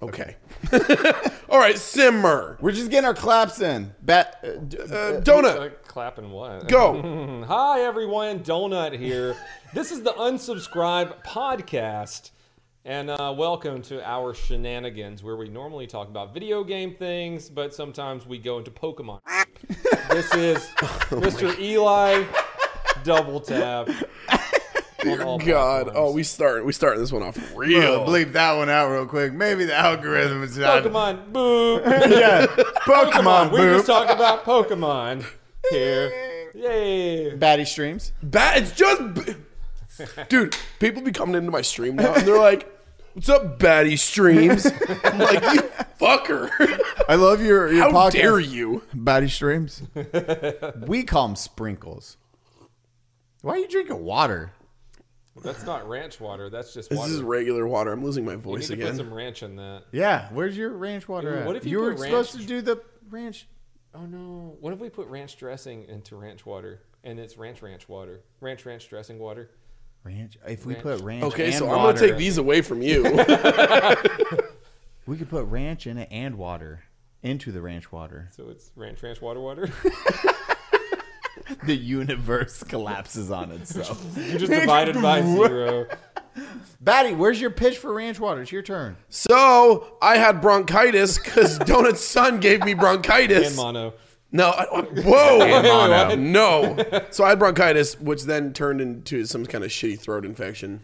Okay. All right, simmer. We're just getting our claps in. Bat, uh, d- Uh, donut. Gotta Clap and what? Go. Hi, everyone. Donut here. this is the Unsubscribe podcast. And uh, welcome to our shenanigans, where we normally talk about video game things, but sometimes we go into Pokemon. this is Oh Mr. Eli Double Tap. Dear God. Oh, we start we start this one off real. bleep that one out real quick. Maybe the algorithm is Oh, not. Pokemon boop. Yeah. Pokemon. Pokemon. We boop. just talk about Pokemon here. Yay. Batty streams. Bat. It's just, b- dude. People be coming into my stream now, and they're like, "What's up, Batty Streams?" I'm like, "You fucker! I love your, your How podcast. dare you?" Batty streams. we call them sprinkles. Why are you drinking water? That's not ranch water. That's just This water. is regular water. I'm losing my you voice need to put again. some ranch in that. Yeah. Where's your ranch water Ooh, at? what if you were put supposed ranch- to do the ranch? Oh no! What if we put ranch dressing into ranch water, and it's ranch ranch water, ranch ranch dressing water? Ranch. If we Ranch. put ranch. Okay, and so I'm water, gonna take these away from you. We could put ranch in it and water into the ranch water. So it's ranch ranch water water. The universe collapses on itself. you just divided by zero. Batty, where's your pitch for ranch water? It's your turn. So I had bronchitis because Donut's son gave me bronchitis. And mono. No, I, I- whoa, mono. no. So I had bronchitis, which then turned into some kind of shitty throat infection,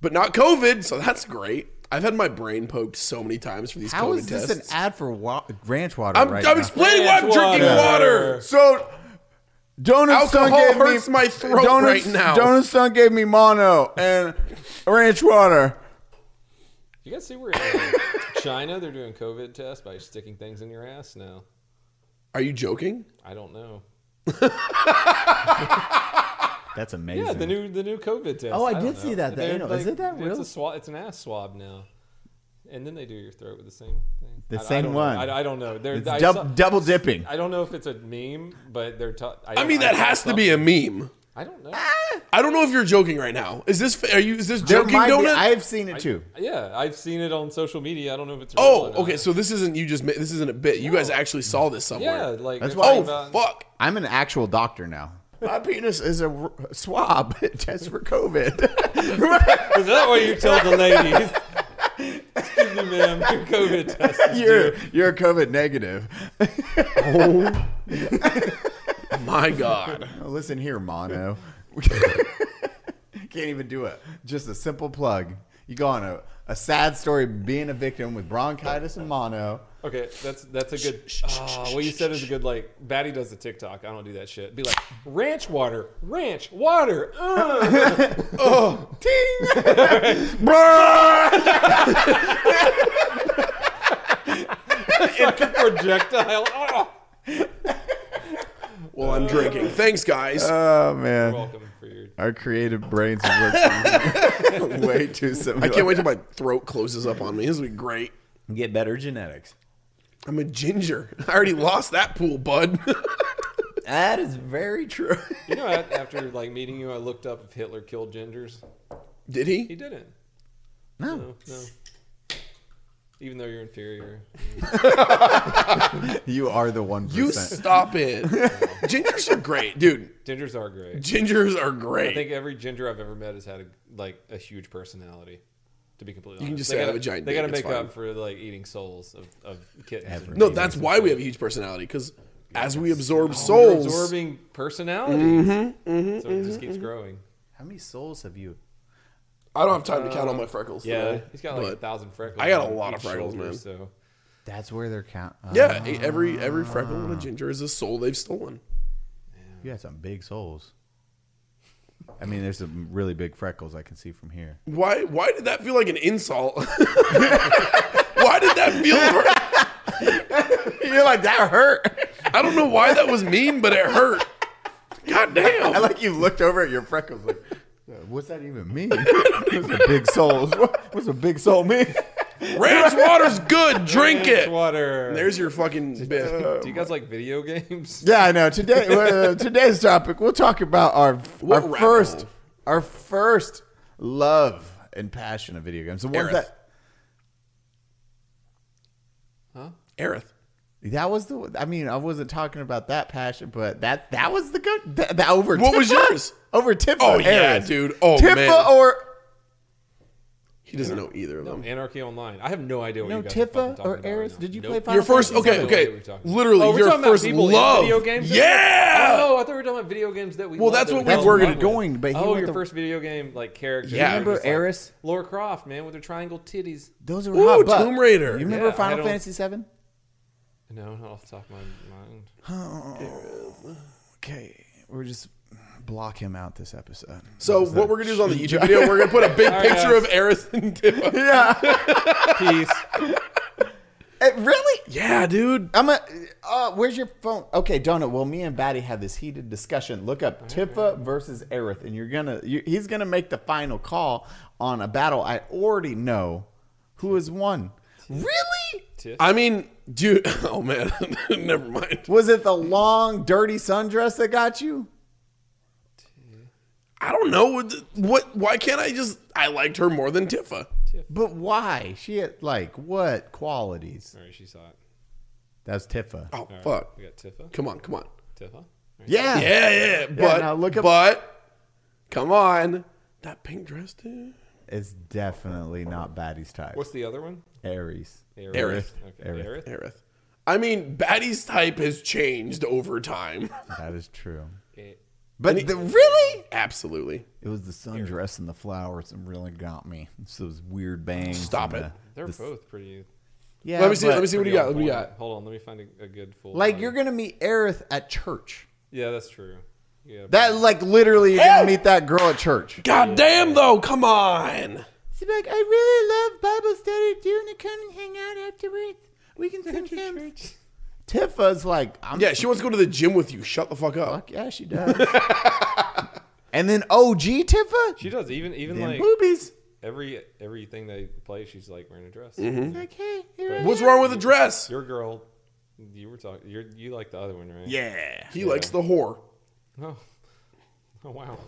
but not COVID. So that's great. I've had my brain poked so many times for these How COVID is this tests. an ad for wa- ranch water? I'm, right I'm now? explaining why I'm Ranch drinking water. water. So, Donut's son Alcohol gave hurts me my throat Donut's- right now. Donut's son gave me mono and ranch water. You guys see where in China they're doing COVID tests by sticking things in your ass now. Are you joking? I don't know. That's amazing. Yeah, the new the new COVID test. Oh, I don't did see know. that, the They're anal- is it that it's real? A swab, it's an ass swab now, and then they do your throat with the same thing. The I- I same don't know. one. I, I don't know. They're, It's I, dub- saw- double dipping. I don't know if it's a meme, but they're. ta- I mean, that has to be a Ah, meme. I don't know. I don't know if you're joking right now. Is this? Are you? Is this There joking, might be- Donut? I've seen it too. Yeah, I've seen it on social media. I don't know if it's. real oh, or not. okay. So this isn't you just. ma- This isn't a bit. You guys actually saw this somewhere. Yeah, like uh, That's they're why- talking Oh about- fuck! I, am an actual doctor now. My penis is a r- swab test for COVID. Is that what you told the ladies? Excuse me, ma'am. Your COVID test. is you're due. you're COVID negative. My God. Oh, Listen here, Mono. Can't even do it. Just a simple plug. You go on a, a sad story of being a victim with bronchitis and mono. Okay, that's that's a good. Ah, what you said is a good. Like Batty does the TikTok. I don't do that shit. Be like ranch water, ranch water. Uh. Ting! Bruh! It's like a projectile. Ah. Well, I'm drinking. Thanks, guys. Oh man, Welcome for your. our creative brains have worked way too similar. I can't wait till my throat closes up on me. This will be great. get better genetics. I'm a ginger. I already lost that pool, bud. That is very true. You know, a- after like meeting you, I looked up if Hitler killed gingers. Did He he? didn't. No, No, no. Even though you're inferior. you are the one You percent. stop it. Gingers are great, dude. Gingers are great. Gingers are I great. think every ginger I've ever met has had a, like a huge personality. To be completely honest, can just They say I have gotta- a giant They dick, gotta it's make fine. up for like eating souls of, of kittens. and Ever. No, babies that's and why shit. we have a huge personality because as we absorb We're souls, Mm-hmm, absorbing personality. so it just keeps growing. How many souls have you? I don't have time to count all my freckles. Yeah, today, he's got like a but- thousand freckles. I got a on lot of each freckles, shoulder, man. So That's where they're count. Uh, yeah, e- every every freckle on a ginger is a soul they've stolen. You had some big souls. I mean, there's some really big freckles I can see from here. Why why did that feel like an insult? why did that feel? You're like that hurt. I don't know why that was mean, but it hurt. God I damn. like you looked over at your freckles like, what's that even mean? Those are big souls. What, what's a big soul mean? Ranch water's good. Drink Ranch it. Water. There's your fucking bit. Do you guys like video games? Yeah, I know. Today, uh, today's topic, we'll talk about our What our rabbit first hole? our first love and passion of video games. The ones Aerith. that Aerith. That was the. I mean, I wasn't talking about that passion, but that that was the good. That, that over. What was Tifa? yours? Over Tifa. Oh, yeah, Aerith. dude. Oh, Tifa man. or He doesn't know either of them. Anarchy Online. I have no idea what no you guys are fucking Tifa talking or about Aerith? right now. Did you Nope. play Final Your first, Fantasy? okay, No idea what okay, you're talking about. literally Oh, we're your talking first about people in love. Video games that we- yeah, Oh, I thought we were talking about video games that we. Well, loved that's that what we we fell were in love gonna- going, with. but he oh, went your the- first video game like character. Yeah. you were Remember just like, Aerith? Laura Croft, man, with her triangle titties. Those were Ooh, hot. butt. Tomb Raider. You remember Yeah, I Final don't- Fantasy Seven? No, not off the top of my mind. Okay, we're just block him out this episode. So what we're gonna do is on the YouTube video, we're gonna put a big All right, picture of Aerith and Tifa. yeah, Peace. Eh, really? Yeah, dude. I'm a. Uh, where's your phone? Okay, Donut. Well, me and Batty had this heated discussion. Look up Tifa versus Aerith, and you're gonna. You, he's gonna make the final call on a battle. I already know who has won. Really? I mean, dude. Oh man, never mind. Was it the long, dirty sundress that got you? I don't know what, what. Why can't I just? I liked her more than Tifa. But why? She had like what qualities? All right, she saw it. That's Tifa. Oh All right, fuck! we got Tifa. Come on, come on. Tifa. All right. Yeah. Yeah, yeah. But now look up- but come on, that pink dress, dude. It's definitely not Batty's type. What's the other one? Aries. Aerith. Aerith. Okay. Aerith. Aerith. Aerith. I mean, Batty's type has changed over time. That is true. Eh, But the, really? Absolutely. It was the sundress and the flowers that really got me. It's those weird bangs. Stop and it. The, They're the- both pretty. yeah, let me see. but- Let me see what do pretty you on got. What do you point. got? Hold on, let me find a, a good full. Like body. you're gonna meet Aerith at church. Yeah, that's true. Yeah. That like literally you're gonna Hey! meet that girl at church. God damn though. Come on. She's like, I really love Bible study. Do you wanna come and hang out afterwards? We can sing hymns. Tifa's like, I'm Yeah, she wants to go to the gym with you. Shut the fuck up. fuck yeah, she does. and then OG Tifa, she does. Even even Them like boobies. every everything they play, she's like wearing a dress. Like, hey, here I am. What's wrong with the dress? Your girl, you were talking. You you like the other one, right? Yeah. He likes the whore. Oh, oh wow.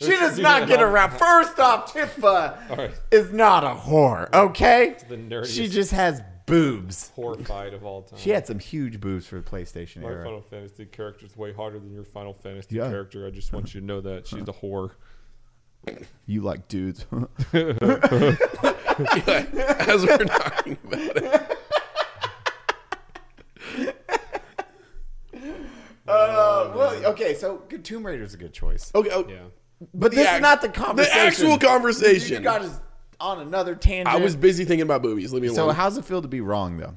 She does not get a rap. First off, Tifa "Oh." All right. is not a whore, okay? the nerdiest- She just has boobs. Horrified of all time. She had some huge boobs for the PlayStation My era. Final Fantasy character is way harder than your Final Fantasy Yeah. character. I just want you to know that she's a whore. You like dudes. As we're talking about it. uh, well, okay, so good, Tomb Raider's a good choice. Okay. oh, Yeah. But this act- is not the the conversation. actual conversation. You got us on another tangent. I was busy thinking about boobies. Leave me alone. so how's it feel to be wrong, though?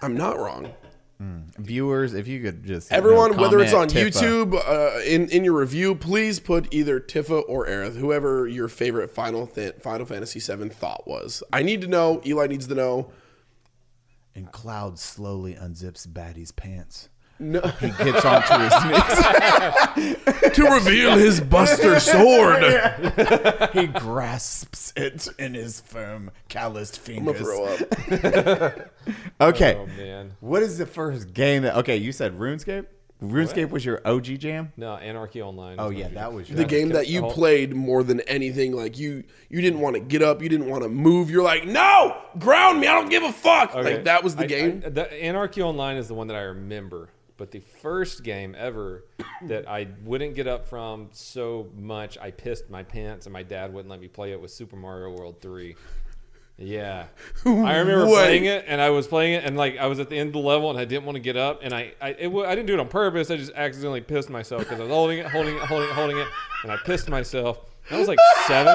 I'm not wrong. Viewers, if you could just you know, Everyone, whether it's on comment Tifa. YouTube, uh, in in your review, please put either Tifa or Aerith, whoever your favorite Final Th- Final Fantasy VII thought was. I need to know. Eli needs to know. and Cloud slowly unzips Batty's pants. No. He gets onto his knees. to reveal his Buster sword. He grasps it in his firm, calloused I'm gonna throw fingers. up. Okay. Oh man. What is the first game that? Okay, you said RuneScape. RuneScape was your OG jam. No, Anarchy Online. is Oh my yeah, jam. that was your. The game that you Oh. played more than anything, like you, you didn't want to get up, you didn't want to move. You're like, no, ground me, I don't give a fuck. Okay. Like that was the I- game. I- the Anarchy Online is the one that I remember, but the first game ever that I wouldn't get up from so much I pissed my pants and my dad wouldn't let me play it was Super Mario World 3. Yeah. I remember Wait. playing it and I was playing it and like I was at the end of the level and I didn't want to get up and I I, it, wa- I didn't do it on purpose. I just accidentally pissed myself because I was holding it, holding it, holding it, holding it and I pissed myself. I was like 7.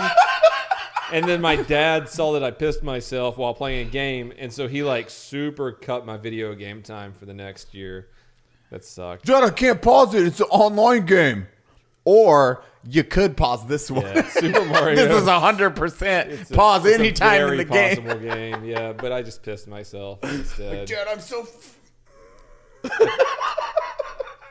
And then my dad saw that I pissed myself while playing a game, and so he like super cut my video game time for the next year. That sucked. John, I can't pause it. It's an online game. Or you could pause this one. Yeah, Super Mario. this is hundred percent. Pause It's a any time in very the game. Possible game, yeah. But I just pissed myself instead. Dude, I'm so. F-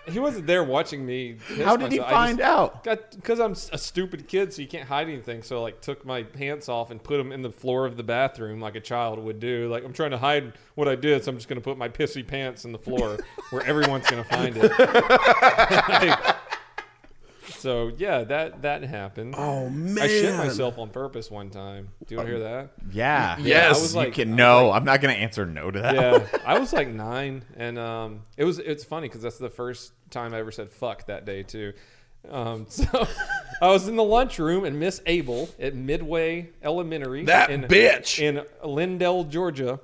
he wasn't there watching me. piss How did he myself. I find just out? Got because I'm s- a stupid kid, so you can't hide anything. So like, took my pants off and put them in the floor of the bathroom like a child would do. Like I'm trying to hide what I did, so I'm just gonna put my pissy pants in the floor where everyone's gonna find it. Like, So yeah, that that happened. Oh, I shit man. Um, myself on purpose one time. Do you hear that? Yeah. Yes. I was You like, can no. I'm not gonna answer no to that. yeah, I was like nine, and um, it was it's funny because that's the first time I ever said fuck that day too. Um, so I was in the lunchroom, and Miss Abel at Midway Elementary, That in, bitch. in Lindell, Georgia,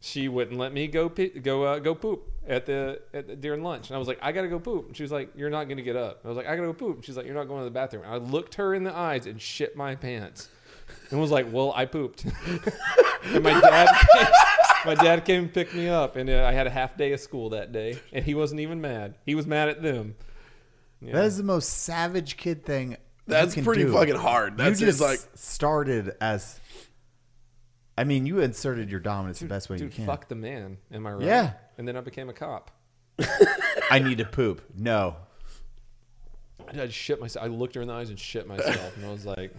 she wouldn't let me go pee, go uh, go poop at the, at the during lunch, and I was like, I gotta go poop. And she was like, You're not gonna get up. I was like, I gotta go poop. And she's like, You're not going to the bathroom. And I looked her in the eyes and shit my pants, and was like, Well, I pooped. and my dad came, my dad came and picked me up and uh, i had a half day of school that day and he wasn't even mad he was mad at them That is the most savage kid thing. That's you can pretty do. fucking hard. That's you just just like- started as. I mean, you inserted your dominance the best way you dude can. fuck the man am i right Yeah. and then i became a cop I need to poop. No. i did shit myself i looked her in the eyes and shit myself and i was like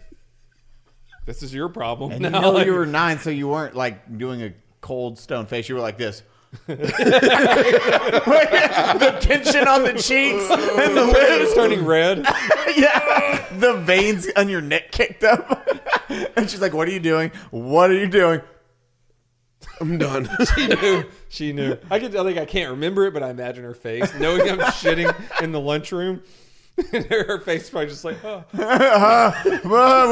this is your problem And now you know Like, you were nine, so you weren't like doing a cold stone face. You were like this. the tension on the cheeks and the it was lips. turning red yeah, the veins on your neck kicked up. and she's like, "What are you doing? What are you doing?" I'm done. she knew she knew i could I think i can't remember it but i imagine her face knowing i'm shitting in the lunchroom and her face probably just like oh Whoa, Uh-huh.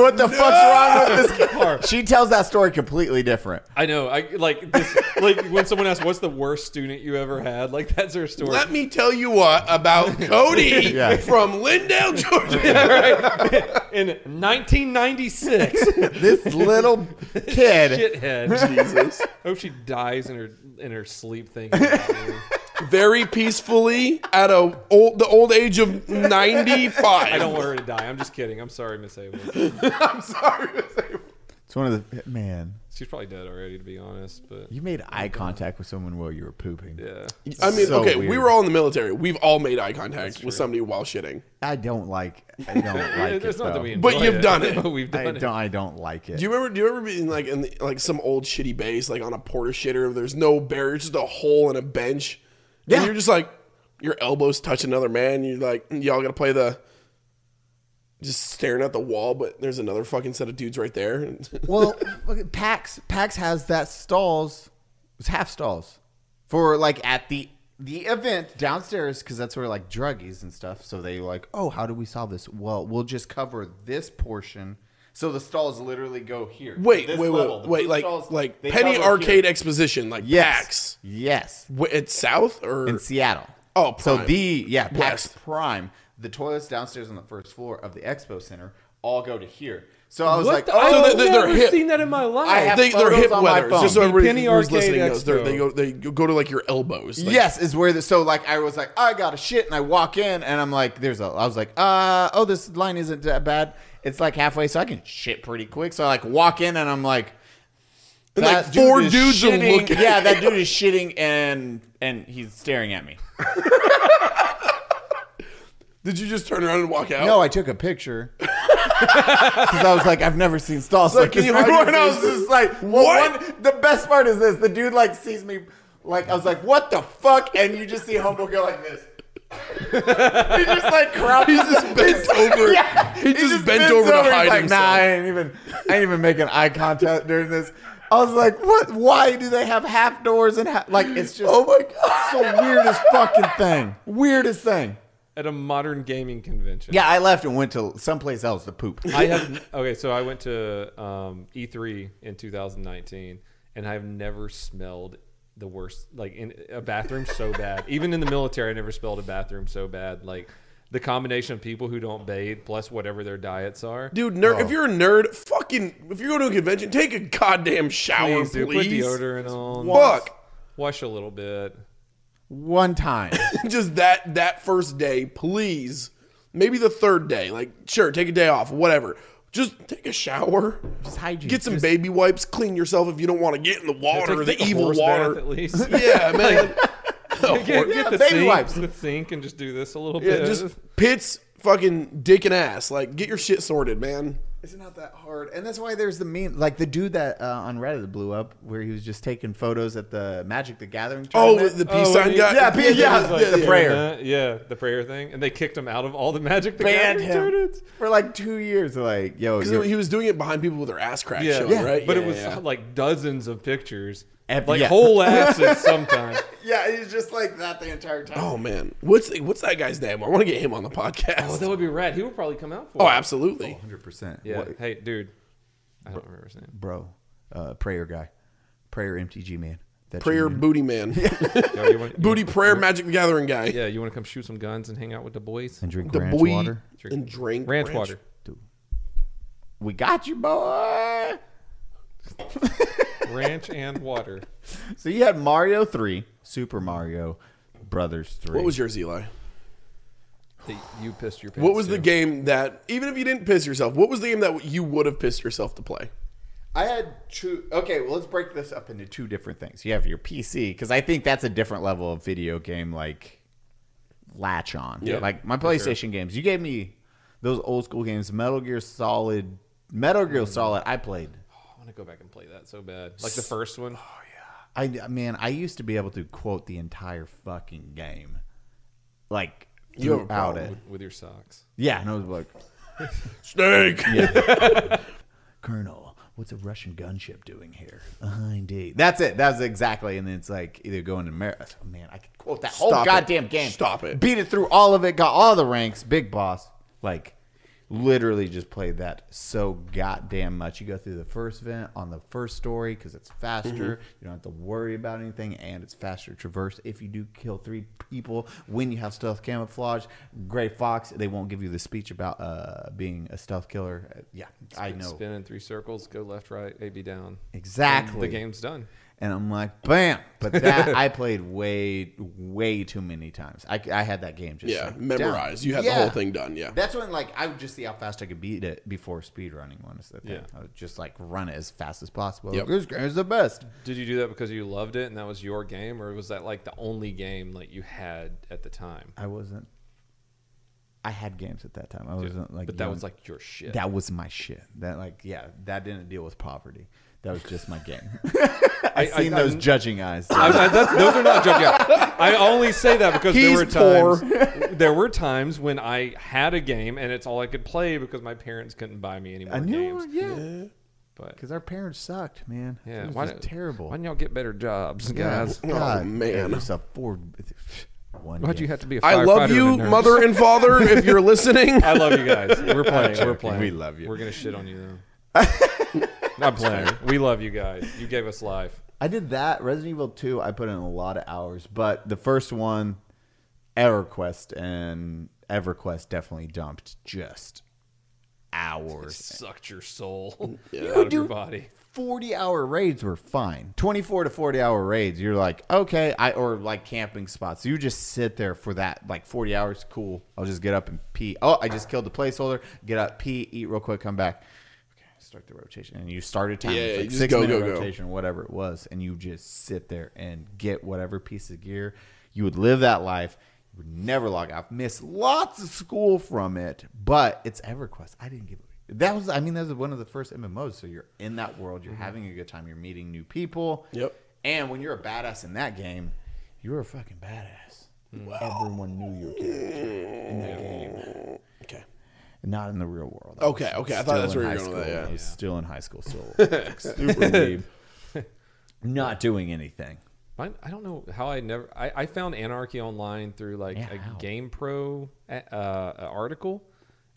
what the fuck's wrong with this? car. kid? She tells that story completely different. I know. I like this, like when someone asks, "What's the worst student you ever had?" Like that's her story. Let me tell you what about Cody Yeah. from Lindale, Georgia. Right? In 1996, This little kid. shithead. Jesus. I hope she dies in her in her sleep thinking. about me. Very peacefully at a old, the old age of 95. I don't want her to die. I'm just kidding. I'm sorry, Miss Abel. I'm sorry. to say. It's one of the man. She's probably dead already, to be honest. But You made eye contact with someone while you were pooping. yeah, I mean, So okay, we weird. were all in the military. We've all made eye contact with somebody while shitting. I don't like. I don't like it. it's not that though. we. But enjoy you've done it. But we've I done it. don't. I don't like it. Do you remember? Do you remember being like in the, like some old shitty base, like on a porta shitter? There's no barrier, it's just a hole and a bench. Yeah. And you're just like your elbows touch another man. You're like mm, y'all gotta play the just staring at the wall, but there's another fucking set of dudes right there. well, look at PAX PAX has that stalls. It's half stalls for like at the the event downstairs because that's where like druggies and stuff. So they like, oh, how do we solve this? Well, we'll just cover this portion. So the stalls literally go here. wait, This wait, wait, level. The wait, food like stalls, like they Penny cover Arcade here. Exposition, like Yes, PAX. yes, Wait, it's South or in Seattle. Oh, so Prime. the yeah PAX West. Prime. The toilets downstairs on the first floor of the expo center all go to here. So I was What like, the- oh, So I've they- they're- they're never hip. seen that in my life. I have they, they're photos hip on my weathers. Just so phone. everybody Penny who's Arcade listening knows, they're- Expo. they go they go to like your elbows. Like, yes, is where the so like I was like I got a shit and I walk in and I'm like there's a I was like uh oh this line isn't that bad it's like halfway so I can shit pretty quick so I like walk in and I'm like And, like, that four is dudes are shitting- looking. yeah that dude is shitting and and he's staring at me Did you just turn around and walk out? no I took a picture because I was like I've never seen stalls like, like, can this you hide your before and I was face? just like What? what one, the best part is this the dude like sees me like I was like what the fuck and you just see Humble go like this. he just like crouches He's just bent over. He just, bent bends over to He's hide like, himself. Nah, I ain't even, I ain't even making eye contact during this. I was like, what? Why do they have half doors and half? Like, it's just Oh my god! it's the weirdest fucking thing. Weirdest thing. at a modern gaming convention. Yeah, I left and went to someplace else to poop. I have okay, so I went to um, E3 in 2019, and I have never smelled the worst like in a bathroom so bad. Even in the military, I never smelled a bathroom so bad. Like the combination of people who don't bathe plus whatever their diets are. Dude, ner- Oh. if you're a nerd, fucking, if you go to a convention, take a goddamn shower, please please. do put deodorant on. Fuck. Wash a little bit. One time. Just that that first day, please. Maybe the third day. Like, sure, take a day off, whatever. Just take a shower. Just hygiene. Get some Just- baby wipes. Clean yourself if you don't want to get in the water, Take- the take a evil horse water. bath at least. Yeah, man. Get, get Yeah, the baby sink, wipes. The sink and just do this a little yeah, bit. just pits, fucking dick and ass. Like, get your shit sorted, man. It's not that hard, and that's why there's the meme, like the dude that uh, on Reddit that blew up, where he was just taking photos at the Magic the Gathering Oh, tournament. the peace Oh, sign he- guy. yeah, pe- yeah, It was the prayer. uh, yeah, the prayer thing, and they kicked him out of all the Magic the banned Gathering him tournaments. for like two years. Like, yo, Because you're- he was doing it behind people with their ass crack Yeah, showing, right? But it Yeah, was yeah. like dozens of pictures, Ev- like yeah. whole asses sometimes. yeah, he's just like that the entire time. Oh man, what's what's that guy's name? I want to get him on the podcast. Oh, that would be rad. He would probably come out for. Oh, it. absolutely. 100%. Yeah. What- Hey, dude. I don't remember his name. bro, uh, prayer guy, prayer MTG man. That's your Prayer name. booty man, Yo, you want, booty prayer Magic the Gathering guy. Yeah, you want to come shoot some guns and hang out with the boys? and drink The ranch boy water. and drink Ranch water. We got you, boy. Ranch and water. So you had Mario three, Super Mario Brothers three. What was yours, Eli? that you pissed your pants. What was to. the game that even if you didn't piss yourself, what was the game that you would have pissed yourself to play? I had two. Okay, well, let's break this up into two different things. You have your PC because I think that's a different level of video game like latch on. Yeah, like my PlayStation games. You gave me those old school games, Metal Gear Solid, Metal Gear Mm. Solid. I played. I want to go back and play that so bad. Like the first one. I man, I used to be able to quote the entire fucking game, like You have a throughout problem it. with, with your socks. Yeah, and I was like, Snake. Colonel, what's a Russian gunship doing here? Uh, indeed. That's it. That's exactly. And then it's like either going to America. Oh, man, I could quote that whole Stop it. goddamn game. Stop it. Beat it through all of it. Got all the ranks. Big boss. Like, literally just played that so goddamn much. You go through the first vent on the first story because it's faster. Mm-hmm. You don't have to worry about anything, and it's faster traverse. If you do kill three people when you have stealth camouflage, Gray Fox, they won't give you the speech about uh, being a stealth killer. Uh, yeah, I know. Spin in three circles, go left, right, A B down. Exactly. And the game's done. And I'm like, bam. But that I played way, way too many times. I, I had that game just Yeah, like, memorized. down. You had the whole thing done, yeah. That's when like I would just see how fast I could beat it before speedrunning. Was the thing. Yeah. I would just like run it as fast as possible. Yep. This game's the best. Did you do that because you loved it and that was your game, or was that like the only game like you had at the time? I wasn't. I had games at that time. I wasn't like. but that young. was like your shit. That was my shit. That like yeah. That didn't deal with poverty. That was just my game. I, I- seen I- those judging eyes. I, I, that's, those are not jump out. I only say that because He's there were times there were times when I had a game and it's all I could play because my parents couldn't buy me any more I knew. games. Yeah. But Because our parents sucked, man. yeah, it was why just don't- terrible. Why didn't y'all get better jobs, Yeah, guys? Oh, man. it was a four. One Why'd game. you have to be a I love firefighter you, and a nurse? mother and father, if you're listening. I love you guys. We're playing. We're joking. playing. We love you. We're gonna shit on you though. Not playing. We love you guys. You gave us life. I did that. Resident Evil 2, I put in a lot of hours, but the first one, EverQuest and EverQuest definitely dumped just hours. Sucked your soul Yeah. out of your body. 40 hour raids were fine. 24 to 40 hour raids, you're like, okay, I or like camping spots. You just sit there for that like 40 hours, cool. I'll just get up and pee. Oh, I just killed the placeholder. Get up, pee, eat real quick, come back. Okay, start the rotation. And you start a time. Yeah, It's yeah, like you just six go, minute go, go. rotation, whatever it was, and you just sit there and get whatever piece of gear. You would live that life. You would never log off. Miss lots of school from it, but it's EverQuest. I didn't give a that was, I mean, that was one of the first MMOs. So you're in that world, you're having a good time, you're meeting new people. Mm-hmm. Yep. And when you're a badass in that game, you're a fucking badass. Hmm. Everyone knew your character in that game, okay. not in the real world. I Okay, was okay, I thought still that's in where you high were going with school. that, yeah. I was still in high school, still like, super weeb, not doing anything. I, I don't know how I never. I, I found Anarchy Online through like Yeah, a how? Game Pro uh, uh, article.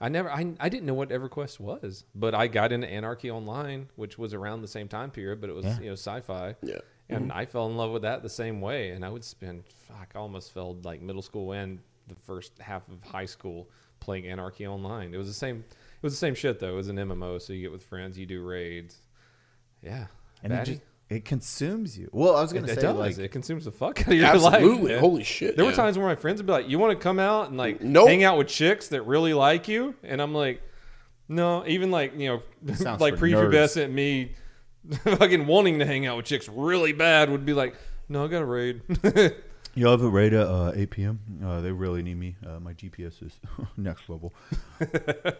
I never. I, I didn't know what EverQuest was, but I got into Anarchy Online, which was around the same time period, but it was Yeah. Mm-hmm. you know sci-fi. Yeah. And I fell in love with that the same way, and I would spend fuck I almost fell like middle school and the first half of high school playing Anarchy Online. It was the same. It was the same shit though. It was an MMO, so you get with friends, you do raids. Yeah. And it Batty. just it consumes you. Well, I was gonna It say does. like it consumes the fuck out of your life. Absolutely. man. Holy shit, There were yeah. times where my friends would be like, "You want to come out and like Nope. hang out with chicks that really like you?" And I'm like, "No." Even like you know, sounds like for nerds. prepubescent me, fucking wanting to hang out with chicks really bad would be like, "No, I got to raid." Y'all have it right at uh, 8 p.m. Uh, they really need me. Uh, my GPS is next level.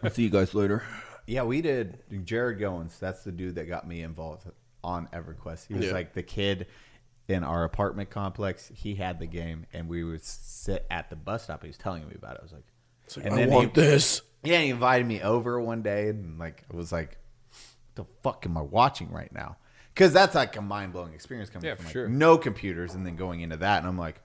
I'll see you guys later. Yeah, we did. Jared Goins, that's the dude that got me involved on EverQuest. He was Yeah. like the kid in our apartment complex. He had the game, and we would sit at the bus stop. He was telling me about it. I was like, It's like, and I then want he, this. yeah, he invited me over one day, and like I was like, what the fuck am I watching right now? Because that's like a mind blowing experience coming Yeah, from for like, sure. no computers, and then going into that, and I'm like,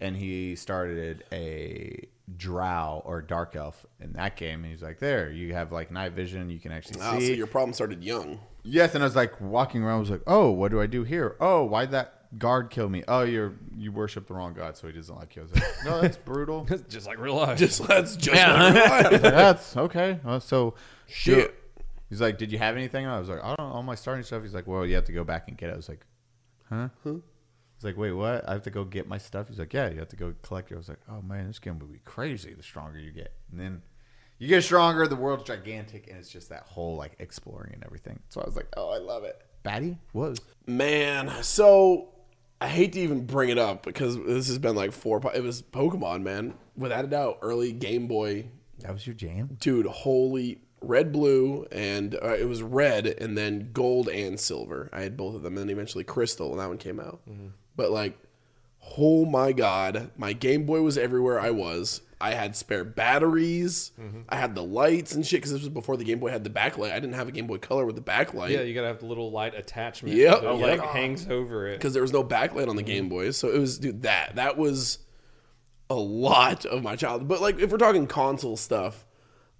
and he started a drow or dark elf in that game, and he's like, there, you have like night vision, you can actually Ah, so see. your problem started young. Yes, and I was like walking around. I was like, "Oh, what do I do here? Oh, why'd that guard kill me? Oh, you're you worship the wrong god, so he doesn't like you." I was like, "No, that's brutal. Just like real life. Just that's just yeah. that's okay." Uh, so Shit. He's like, "Did you have anything?" And I was like, "I don't know, all my starting stuff." He's like, "Well, you have to go back and get it." I was like, "Huh?" He's like, "Wait, what? I have to go get my stuff?" He's like, "Yeah, you have to go collect it." I was like, "Oh man, this game would be crazy. The stronger you get, and then." You get stronger, the world's gigantic, and it's just that whole like exploring and everything. So I was like, "Oh, I love it." Batty was Man, so I hate to even bring it up because this has been like four. po- It was Pokemon, man, without a doubt. Early Game Boy, That was your jam? dude. Holy red, blue, and uh, it was red, and then gold and silver. I had both of them, and then eventually crystal when that one came out. But like, oh my god, my Game Boy was everywhere I was. I had spare batteries. I had the lights and shit because this was before the Game Boy had the backlight. I didn't have a Game Boy Color with the backlight. Yeah, you gotta have the little light attachment. Yep. that, Oh, like yeah. hangs over it. because there was no backlight on the Game Boy. So it was dude that that was a lot of my childhood. But like if we're talking console stuff,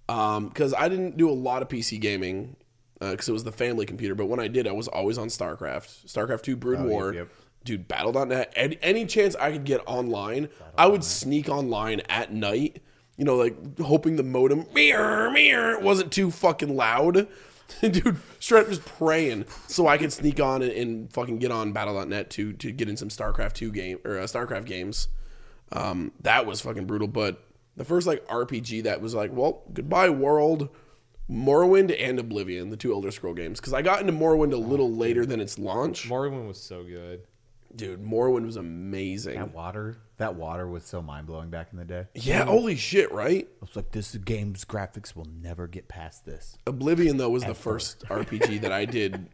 because Um, I didn't do a lot of PC gaming because it was the family computer. But when I did, I was always on StarCraft, StarCraft Two, Brood War. Oh, yep. Dude, Battle.net. Any, any chance I could get online, I would sneak online at night. You know, like hoping the modem meow, meow, wasn't too fucking loud. Dude, straight up just praying so I could sneak on and, and fucking get on Battle.net to to get in some StarCraft two game or uh, StarCraft games. Um, that was fucking brutal. But the first like RPG that was like, well, goodbye world, Morrowind and Oblivion, the two Elder Scroll games. Because I got into Morrowind a little later than its launch. Morrowind was so good. Dude, Morrowind was amazing. That water, that water was so mind blowing back in the day. I yeah, holy shit, right? was like, this game's graphics will never get past this. Oblivion though was the first RPG that I did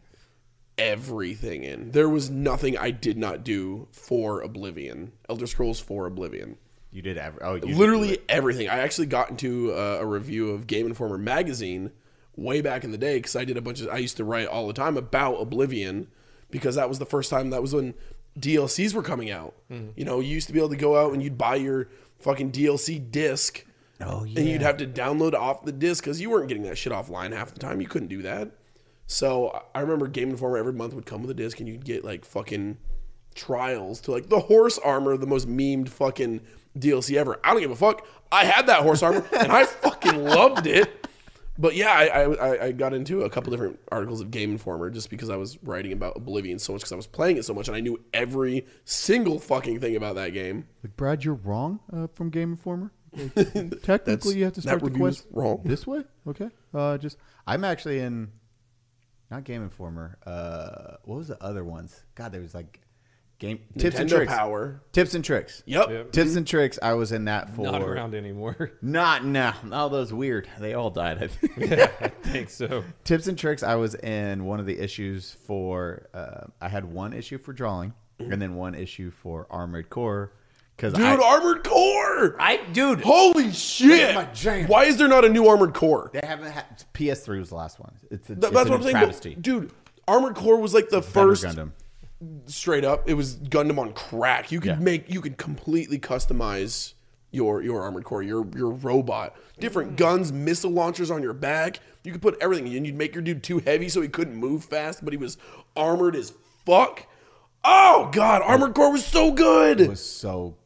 everything in. There was nothing I did not do for Oblivion. Elder Scrolls for Oblivion. You did ever? Oh, you did literally everything. I actually got into uh, a review of Game Informer magazine way back in the day because I did a bunch of. I used to write all the time about Oblivion because that was the first time. That was when DLCs were coming out. You know, you used to be able to go out and you'd buy your fucking DLC disc. Oh, And you'd have to download off the disc because you weren't getting that shit offline half the time. You couldn't do that. So I- I remember Game Informer every month would come with a disc and you'd get like fucking trials to like the horse armor, the most memed fucking DLC ever. I don't give a fuck. I had that horse armor and I fucking loved it. But yeah, I, I- I, I got into a couple different articles of Game Informer just because I was writing about Oblivion so much because I was playing it so much and I knew every single fucking thing about that game. Like, Brad, you're wrong uh, from Game Informer. Technically, you have to that start the review is quest wrong. this way. Okay, uh, just I'm actually in, not Game Informer. Uh, what was the other ones? God, there was like game tips and Nintendo tricks. Power. Tips and tricks. Yep. Yep. Tips and tricks. I was in that for Not around anymore. Not now. All those weird. They all died. I think. yeah, I think so. tips and tricks i was in one of the issues for uh, i had one issue for drawing and then one issue for armored core because Dude, I, Armored Core! I dude Holy shit! my jam. Why is there not a new Armored Core? they haven't had ps3 was the last one it's, a, Th- it's that's an what I'm saying. travesty but- Dude, Armored Core was like the Thunder first gundam straight up. It was Gundam on crack. You could Yeah. make you could completely customize your your Armored Core, your your robot. Different guns, missile launchers on your back. You could put everything and you'd make your dude too heavy so he couldn't move fast, but he was armored as fuck. Oh god, Armored Core was so good. was so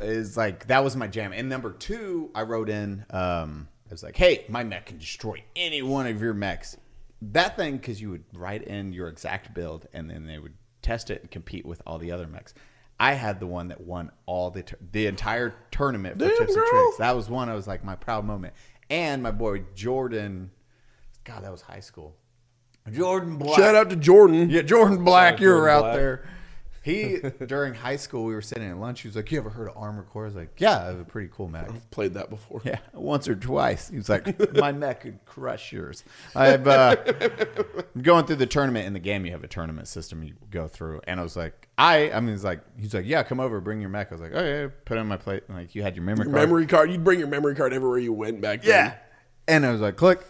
is like that was my jam and number two i wrote in um i was like hey my mech can destroy any one of your mechs that thing because you would write in your exact build and then they would test it and compete with all the other mechs i had the one that won all the tur- the entire tournament for Damn, tips and girl. tricks that was one i was like my proud moment and my boy jordan god that was high school jordan black Shout out to Jordan. yeah, Jordan Black, out you were Jordan out Black. there. He during high school, we were sitting at lunch. He was like, "You ever heard of Armored Core?" I was like, "Yeah, I have a pretty cool mech." Played that before. Yeah, once or twice. He was like, "My mech could crush yours." I've uh, going through the tournament in the game. You have a tournament system you go through, and I was like, "I," I mean, he's like, he's like, "Yeah, come over, bring your mech." I was like, "Oh yeah, put it on my plate." And, like you had your memory card. Memory card. You'd bring your memory card everywhere you went back then. Yeah. And I was like, click.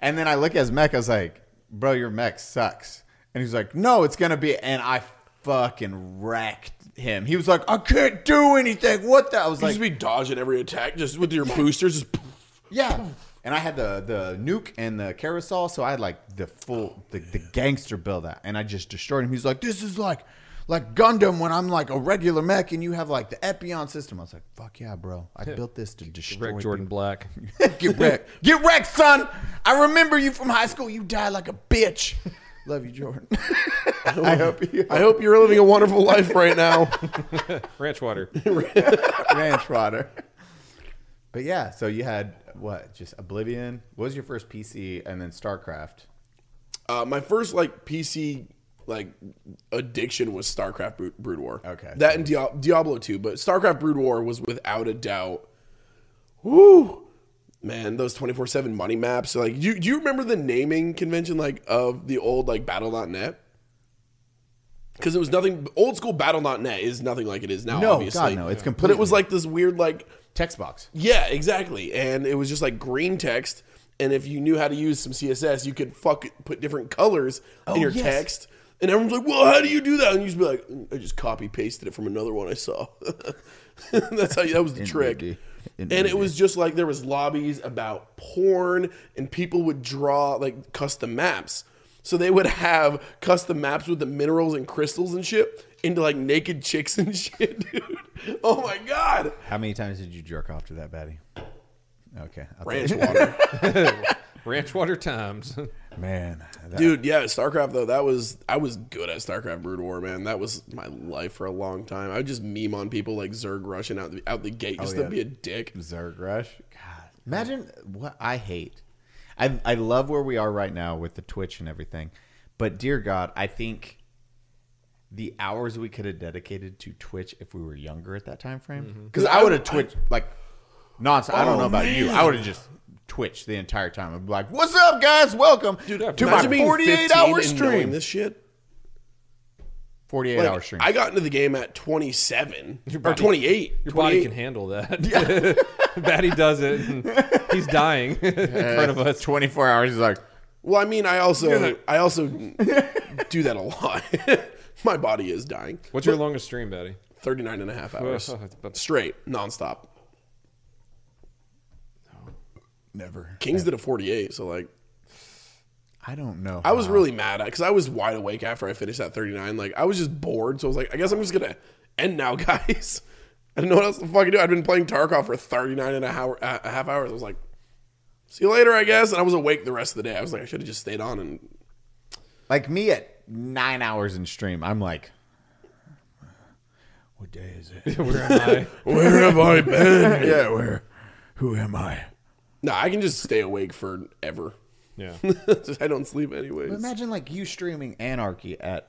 And then I look at his mech. I was like, bro, your mech sucks. And he's like, no, it's going to be. And I fucking wrecked him. He was like, I can't do anything. What the? I was You'd like, just be dodging every attack just with your boosters. Just poof. yeah. And I had the, the nuke and the carousel. So I had like the full, the, the gangster build out. And I just destroyed him. He's like, this is like, like Gundam when I'm like a regular mech and you have like the Epion system. I was like, fuck yeah, bro. I built this to destroy Rick Jordan Black. Get wrecked. Get wrecked, son. I remember you from high school. You died like a bitch. Love you, Jordan. I hope you I hope you're living a wonderful life right now. Ranch water. ranch rotter. But yeah, so you had what? Just Oblivion. What was your first PC, and then StarCraft. Uh, my first like PC like addiction was StarCraft Brood, Brood War. Okay. that and Diab- Diablo two, but StarCraft Brood War was without a doubt. Woo, man, those twenty four seven money maps. Like, you do you remember the naming convention like of the old like Battle.net? Because it was nothing. Old school Battle.net is nothing like it is now. No, obviously. God, no, it's But completely- it was like this weird like Text box. yeah, exactly. And it was just like green text. And if you knew how to use some CSS, you could fuck put different colors in your yes. text. And everyone's like, "Well, how do you do that?" And you just be like, "Mm, "I just copy pasted it from another one I saw." That's how you, that was the Indeed. trick. And it was just like there was lobbies about porn, and people would draw like custom maps. So they would have custom maps with the minerals and crystals and shit into like naked chicks and shit, dude. Oh my god. How many times did you jerk off to that, Batty? Okay, I Ranch water. Ranch water times. thought- man, that- Dude, yeah, StarCraft though, that was I was good at StarCraft Brood War, man. That was my life for a long time. I would just meme on people like Zerg rushing out the, out the gate just Oh, yeah. to be a dick. Zerg Rush. God, imagine what I hate. I I love where we are right now with the Twitch and everything, but dear God, I think the hours we could have dedicated to Twitch if we were younger at that time frame, because I would have Twitch like nonsense. I don't Mm-hmm. Oh, know about you. man. I would have just Twitched the entire time. I'd be like, "What's up, guys? Welcome to my Imagine being 48 15 hour and knowing stream." This shit. 48 Like, hour stream. I got into the game at 27 or body- 28. Your body 28. can handle that. Batty does it. And he's dying in front of us. 24 hours is like, Well, I mean, I also I also do that a lot. my body is dying. What's your longest stream, Batty? 39 and a half hours But- straight, nonstop. never. Kings did a 48, so like I don't know. I was really mad at because I was wide awake after I finished that 39. Like I was just bored, so I was like, I guess I'm just gonna end now, guys. I didn't know what else to fucking do. I'd been playing Tarkov for 39 and a, hour, a a half hours. I was like, see you later, I guess. And I was awake the rest of the day. I was like, I should have just stayed on and Like me at nine hours in stream, I'm like, what day is it? Where am I? where have I been? yeah, where? Who am I? No, I can just stay awake forever. Yeah. Just- I don't sleep anyways. Imagine like you streaming Anarchy at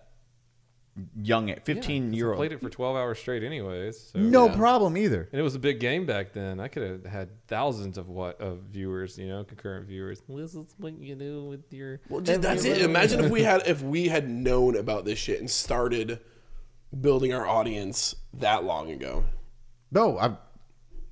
young at 15 year Played it old. for 12 hours straight, anyways. So. No problem either. And it was a big game back then. I could have had thousands of what of viewers, you know, concurrent viewers. This is what you do with your. Well, just, that's it. Imagine if we had if we had known about this shit and started building our audience that long ago. No, I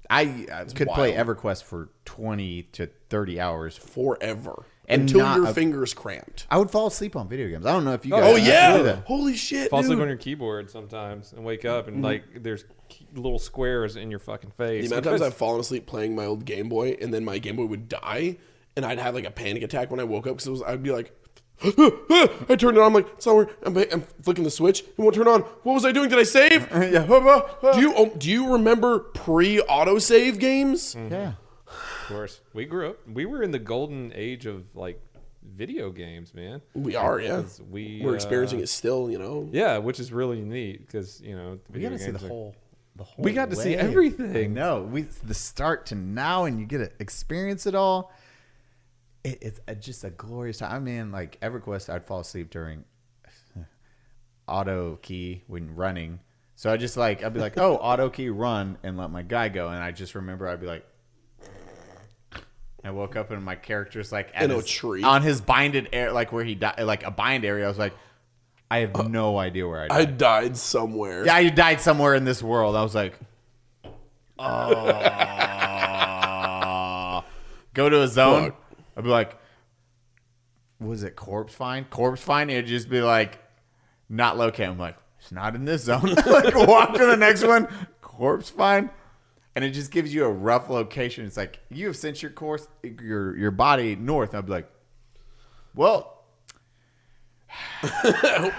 I, I could play wild. EverQuest for 20 to 30 hours. Forever. And until not your a- fingers cramped. I would fall asleep on video games. I don't know if you guys. Oh I do yeah! that. Holy shit, Fall asleep dude. Mm-hmm. on your keyboard sometimes and wake up and like there's key- little squares in your fucking the face. amount of times because- I've fallen asleep playing my old Game Boy, and then my Game Boy would die, and I'd have like a panic attack when I woke up because I'd be like, I turned it on. I'm like, it's not working. I'm, I'm flicking the switch. It won't turn on. What was I doing? Did I save? yeah. huh, huh, huh. do you oh, do you remember pre autosave games? yeah. of course, we grew up. We were in the golden age of like video games, man. We are, yeah. 'Cause we We're uh, experiencing it still, you know. Yeah, which is really neat because you know the We video got to see the games are- whole. The whole We got to see wave. everything. No, we the start to now, and you get to experience it all. It, it's a, just a glorious time. I mean, like EverQuest, I'd fall asleep during. auto key when running. So I just like I'd be like, oh, auto key run and let my guy go, and I just remember I'd be like. I woke up and my character's like at In a his- tree. on his binded air, like where he died, like a bind area. I was like, I have no idea where I died. Uh, I died somewhere. Yeah, you died somewhere in this world. I was like, oh. Go to a zone. Fuck. I'd be like, was it corpse find? Corpse find? It'd just be like, not locate. I'm like, it's not in this zone. like, walk to the next one. Corpse find. And it just gives you a rough location. It's like you have sent your course, your your body north. And I'd be like, well, I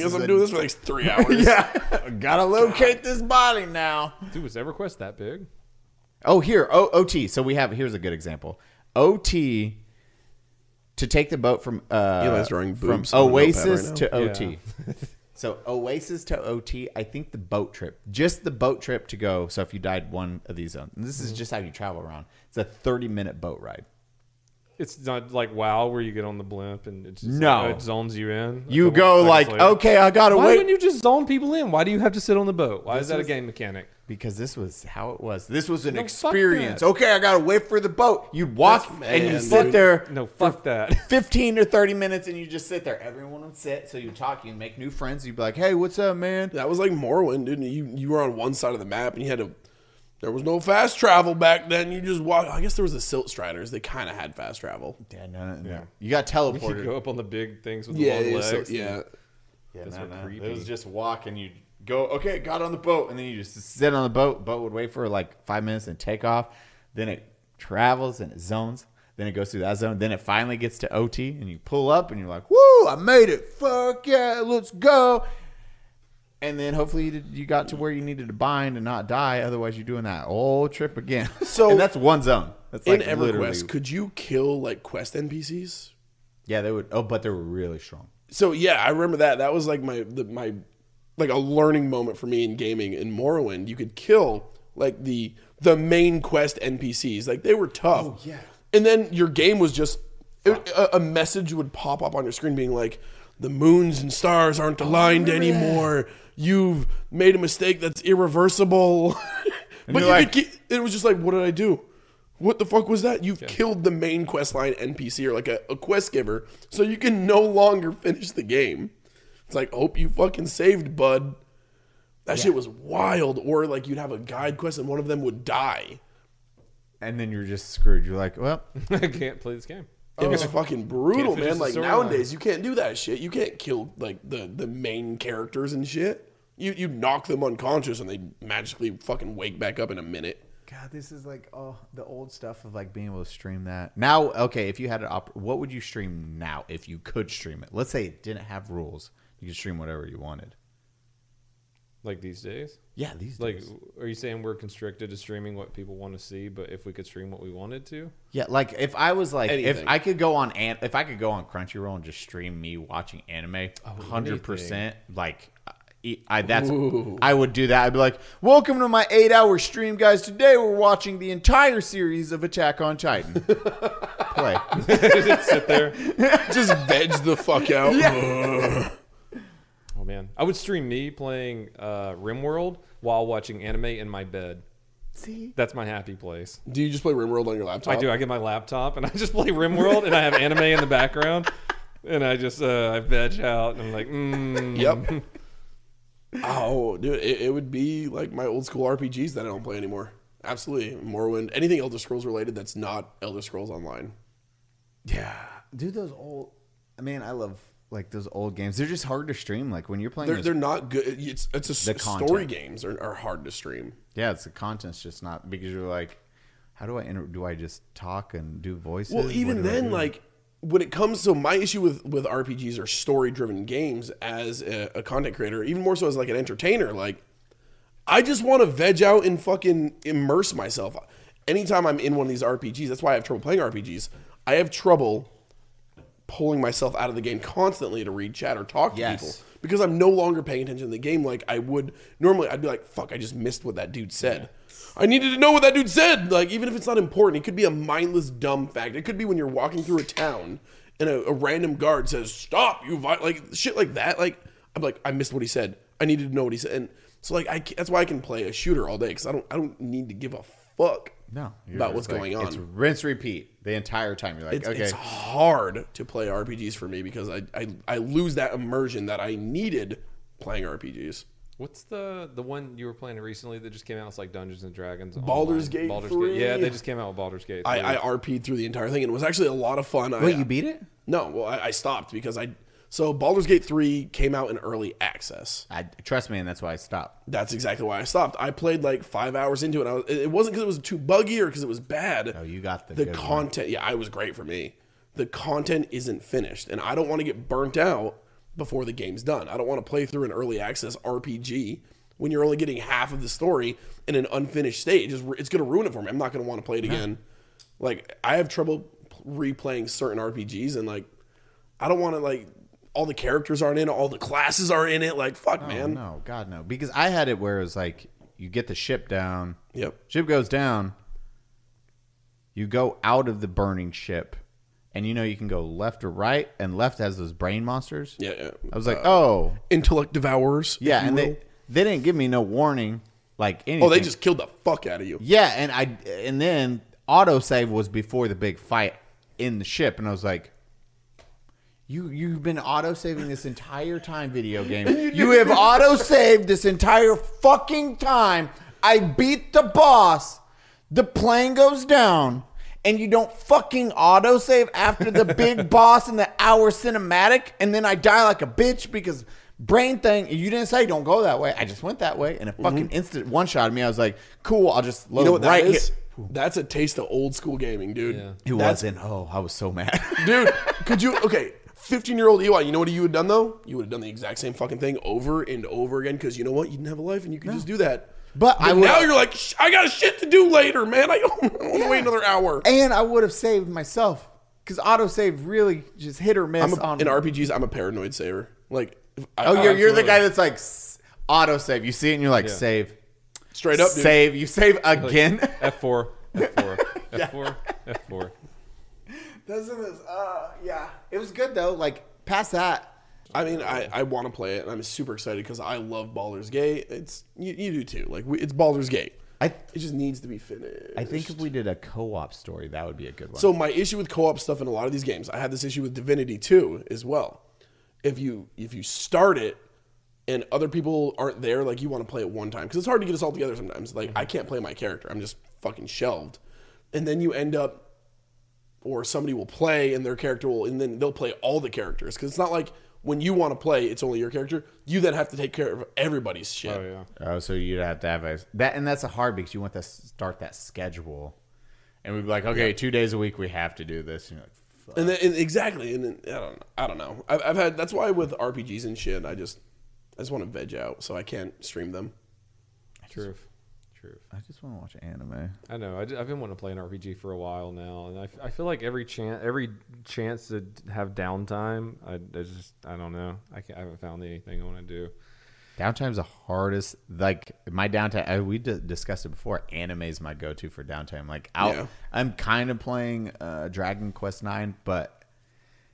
guess I'm doing this for the next three hours. yeah, gotta locate this body now. Dude, was EverQuest that big? Oh, here, o- OT. So we have here's a good example. OT to take the boat from uh, Eli's drawing from boobs on a notepad Oasis right now. to OT. so Oasis to OT. I think the boat trip, just the boat trip to go. So if you died one of these zones, and this Mm-hmm. is just how you travel around. It's a thirty minute boat ride. It's not like WoW where you get on the blimp and it's just No. it zones you in. a You couple go seconds like, later. okay, I gotta Why wait wouldn't you just zone people in? Why do you have to sit on the boat? Why is that was- a game mechanic? because this was how it was. This was an No, fuck experience. that. Okay, I gotta wait for the boat. You'd walk That's and you man, sit dude. there. No, fuck that. 15 or 30 minutes and you just sit there. Everyone would sit. So you talk, you make new friends. You'd be like, hey, what's up, man? That was like Morrowind, dude. You you were on one side of the map and you had to. There was no fast travel back then. You just walk. I guess there was the Silt Striders. They kind of had fast travel. Yeah, no, no, no. You got teleported. You go up on the big things with Yeah, the long yeah, legs. so- yeah. Yeah, Those were creepy. It was just walk and you go, okay, got on the boat. And then you just sit on the boat. Boat would wait for like five minutes and take off. Then it travels and it zones. Then it goes through that zone. Then it finally gets to OT and you pull up and you're like, woo, I made it. Fuck yeah, let's go. And then hopefully you, did, you got to where you needed to bind and not die. Otherwise, you're doing that whole trip again. So- and that's one zone. That's In like EverQuest, literally. could you kill like quest NPCs? Yeah, they would. Oh, but they were really strong. So yeah, I remember that. That was like my the, my like a learning moment for me in gaming. In Morrowind, you could kill like the the main quest NPCs. Like they were tough. Oh yeah. And then your game was just it, a, a message would pop up on your screen being like, "The moons and stars Oh, aren't aligned anymore. You've made a mistake that's irreversible." but you're you like- could, ki- it was just like, "What did I do?" What the fuck was that? You've killed the main quest line NPC or like a, a quest giver, so you can no longer finish the game. It's like, hope you fucking saved, bud. That shit was wild. Or like you'd have a guide quest and one of them would die. And then you're just screwed. You're like, well, I can't play this game. It was fucking brutal, Oh. Can't finish man. the Like storyline. nowadays, you can't do that shit. You can't kill like the the main characters and shit. You you knock them unconscious and they magically fucking wake back up in a minute. God, this is like oh the old stuff of like being able to stream that. Now, okay, if you had an op, what would you stream now if you could stream it? Let's say it didn't have rules, you could stream whatever you wanted. Like these days? Yeah, these Like, days. are you saying we're constricted to streaming what people want to see, but if we could stream what we wanted to? Yeah, like if I was like if Anything. I could go on an, if I could go on Crunchyroll and just stream me watching Oh, anime, hundred percent. Like, I, I that's Ooh. I would do that. I'd be like, "Welcome to my eight-hour stream, guys. Today we're watching the entire series of Attack on Titan." Play. Just sit there. Just veg the fuck out. Oh man, I would stream me playing uh, RimWorld while watching anime in my bed. See, That's my happy place. Do you just play RimWorld on your laptop? I do. I get my laptop and I just play RimWorld and I have anime in the background, and I just uh, I veg out and I'm like, mm. Yep. oh, dude, it, it would be like my old school RPGs that I don't play anymore. Absolutely, Morrowind. Anything Elder Scrolls related that's not Elder Scrolls Online. Yeah. Dude, those old. I mean, I love like those old games. They're just hard to stream. Like when you're playing. They're those- they're not good. It's it's a s- The content. story games are, are hard to stream. yeah, it's the content's just not because you're like, how do I enter? Do I just talk and do voices? Well, What even do I then, do? like when it comes to my issue with with RPGs or story driven games as a, a content creator, even more so as like an entertainer, like I just want to veg out and fucking immerse myself. Anytime I'm in one of these RPGs, that's why I have trouble playing RPGs. I have trouble pulling myself out of the game constantly to read chat or talk to Yes. people because I'm no longer paying attention to the game like I would normally. I'd be like, "Fuck, I just missed what that dude said. I needed to know what that dude said." Like, even if it's not important, it could be a mindless, dumb fact. It could be when you're walking through a town and a, a random guard says, "Stop!" You vi-, like shit like that. Like, I'm like, I missed what he said. I needed to know what he said. And so like, I ca- that's why I can play a shooter all day because I don't I don't need to give a fuck No, you're about just what's like- going It's on. rinse repeat the entire time. You're like, It's, okay, it's hard to play RPGs for me because I, I I lose that immersion that I needed playing RPGs. What's the the one you were playing recently that just came out? It's like Dungeons and Dragons. Baldur's Online. Gate Yeah, 3. they just came out with Baldur's Gate. I, I 3. RP'd through the entire thing and it was actually a lot of fun. I, wait, you beat it? No, well, I, I stopped because I. So Baldur's Gate 3 came out in early access. I trust me, and that's why I stopped. That's exactly why I stopped. I played like five hours into it. I was, it it wasn't because it was too buggy or because it was bad. Oh, you got the the good one. content. Yeah, I was great for me. The content isn't finished, and I don't want to get burnt out before the game's done. I don't want to play through an early access RPG when you're only getting half of the story in an unfinished state. It just, it's going to ruin it for me. I'm not going to want to play it again. Like I have trouble p- replaying certain RPGs, and like I don't want to like all the characters aren't in it, all the classes are in it. Like fuck, man. Oh, No, God no, because I had it where it was like you get the ship down, Yep. ship goes down, you go out of the burning ship, and you know you can go left or right, and left has those brain monsters. Yeah. yeah. I was like, oh intellect devourers. if yeah, you and will. they they didn't give me no warning like anything. oh, they just killed the fuck out of you. Yeah, and I and then autosave was before the big fight in the ship, and I was like, "You you've been autosaving this entire time, video game. you have autosaved this entire fucking time. I beat the boss. The plane goes down." And you don't fucking autosave after the big boss in the hour cinematic, and then I die like a bitch because brain thing. You didn't say don't go that way. I just went that way, and it fucking instant one shot me. I was like, cool. I'll just Mm-hmm. You know what right that is? here. That's a taste of old school gaming, dude. Yeah. It That's- wasn't. Oh, I was so mad. Dude, could you? Okay, fifteen-year-old Eli. You know what you would have done though? You would have done the exact same fucking thing over and over again because you know what? You didn't have a life and you could just do that. But I would- now you're like, "Sh- I got shit to do later, man. I don't want to wait another hour. and I would have saved myself because autosave really just hit or miss I'm a- on. in RPGs, I'm a paranoid saver. Like, if I- oh, I- you're, you're the absolutely. guy that's like s- autosave. You see it and you're like save, straight up, dude. save. You save again. F four, F four, F four, F four. Doesn't this? Uh, yeah. It was good though. Like past that. I mean, I, I want to play it, and I'm super excited because I love Baldur's Gate. It's you, you do too. Like we, it's Baldur's Gate. I It just needs to be finished. I think if we did a co-op story, that would be a good one. so. My issue with co-op stuff in a lot of these games, I had this issue with Divinity 2 as well. If you if you start it and other people aren't there, like you want to play it one time because it's hard to get us all together sometimes. Like Mm-hmm. I can't play my character. I'm just fucking shelved, and then you end up or somebody will play and their character will and then they'll play all the characters because it's not like when you want to play it's only your character you then have to take care of everybody's shit Oh yeah. Oh, so you'd have to have a that, and that's a hard because you want to s- start that schedule, and we'd be like, okay, two days a week we have to do this. And you're like, fuck. and then and exactly and then, i don't i don't know I've, I've had that's why with rpgs and shit i just i just want to veg out so i can't stream them Truth. Truth. I just want to watch anime. I know. I, have been wanting to play an RPG for a while now, and I, f- I feel like every chance, every chance to d- have downtime, I, I just, I don't know. I, can't, I haven't found anything I want to do. Downtime's the hardest. Like my downtime, I, we d- discussed it before. Anime is my go-to for downtime. Like I'll, Yeah. I'm kind of playing uh, Dragon Quest Nine, but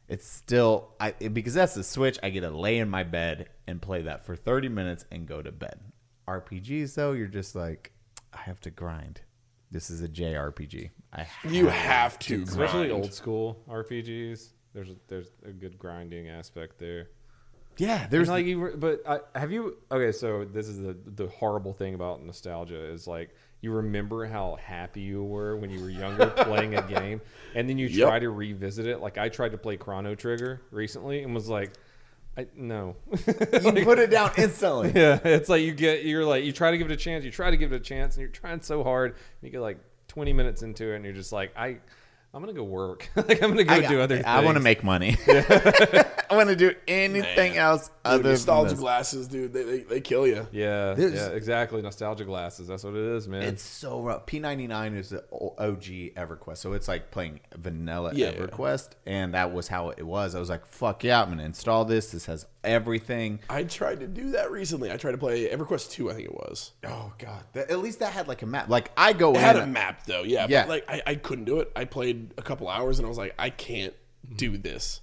it's still I it- because that's the Switch. I get to lay in my bed and play that for 30 minutes and go to bed. RPGs though, you're just like, I have to grind. This is a JRPG. I have you have to Especially grind. old school RPGs. There's, a- there's a good grinding aspect there. yeah. There's And, like you, re- but I, have you? Okay, so this is the the horrible thing about nostalgia is like you remember how happy you were when you were younger playing a game, and then you Yep. try to revisit it. Like I tried to play Chrono Trigger recently and was like, I no. you put it down instantly. yeah, it's like you get you're like you try to give it a chance, you try to give it a chance, and you're trying so hard. And you get like 20 minutes into it, and you're just like, I, I'm gonna go work. like I'm gonna go I do other. I want to things. make money. I want to do anything else Dude, other nostalgia than this. glasses dude they, they, they kill you Yeah, This- yeah, exactly. Nostalgia glasses. That's what it is, man. It's so rough. P99 is the o- OG EverQuest. So it's like playing vanilla Yeah, yeah. EverQuest. And that was how it was. I was like, fuck yeah, I'm going to install this. This has everything. i tried to do that recently i tried to play everquest 2 i think it was Oh, God. That- at least that had like a map. Like, I go It had in. a map though, yeah. Yeah. But like I, I couldn't Mm-hmm. do it. I played a couple hours and I was like, I can't do this.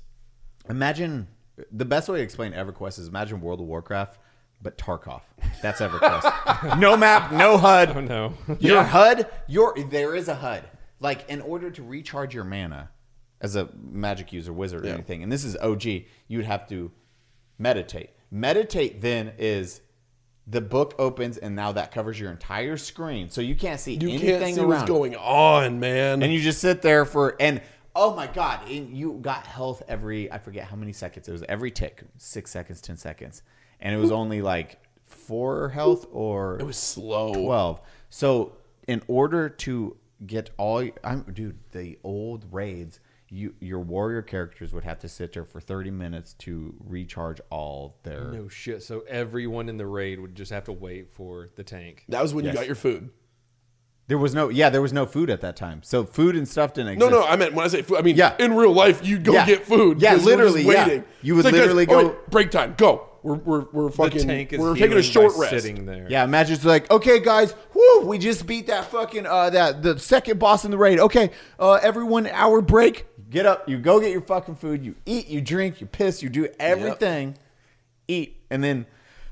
Imagine the best way to explain EverQuest is imagine World of Warcraft, but Tarkov. That's EverQuest. no map, no HUD. Oh no. Your HUD, your there is a HUD. Like in order to recharge your mana as a magic user, wizard, or anything, and this is OG, you'd have to meditate. Meditate then is the book opens and now that covers your entire screen. So you can't see You anything can't see around. what's going on, man. And you just sit there for and oh my god, and you got health every I forget how many seconds. It was every tick, six seconds, ten seconds, and it was only like four health or it was slow. twelve. So in order to get all, I'm dude, the old raids. You, your warrior characters would have to sit there for 30 minutes to recharge all their No shit. So everyone in the raid would just have to wait for the tank. That was when you got your food. there was no yeah there was no food at that time so food and stuff didn't No, exist no, I meant when I say food, I mean Yeah. in real life you'd go Yeah. get food. Yeah, 'cause we're just literally, yeah. You would It's guys, literally oh, go- wait, break time. Go. We're we're, we're fucking the tank is we're taking a healing short by rest. sitting there. Yeah, imagine it's like, okay, guys, whoo, we just beat that fucking uh that the second boss in the raid. Okay, uh everyone hour break. Get up, you go get your fucking food, you eat, you drink, you piss, you do everything, eat, and then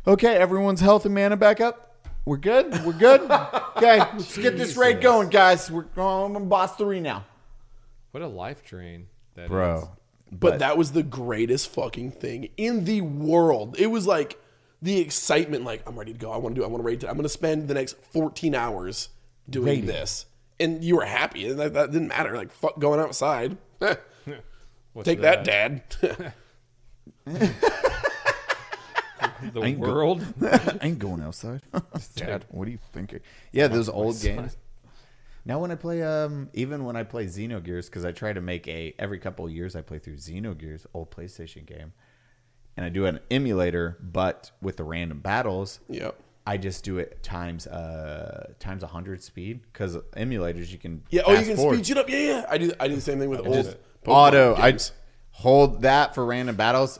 okay, everyone's health and mana back up. We're good, we're good. okay, let's get this raid Jesus. going, guys. We're going on boss three now. What a life drain that is. But that was the greatest fucking thing in the world. It was like the excitement, like, I'm ready to go. I want to do, I want to raid. today. I'm going to spend the next 14 hours doing Raiding. this. And you were happy. And that, that didn't matter. Like, fuck going outside. What's Take that, dad. The ain't go- world. I ain't going outside. Dad, what are you thinking? Yeah, those old games. Now when I play um even when I play Xenogears cuz I try to make a every couple of years I play through Xenogears old PlayStation game and I do an emulator but with the random battles. Yep. I just do it times uh times 100 speed cuz emulators you can yeah. Oh, you fast can forward. speed it up. Yeah, yeah. I do, I do the same thing with old just Pokemon auto I games. hold that for random battles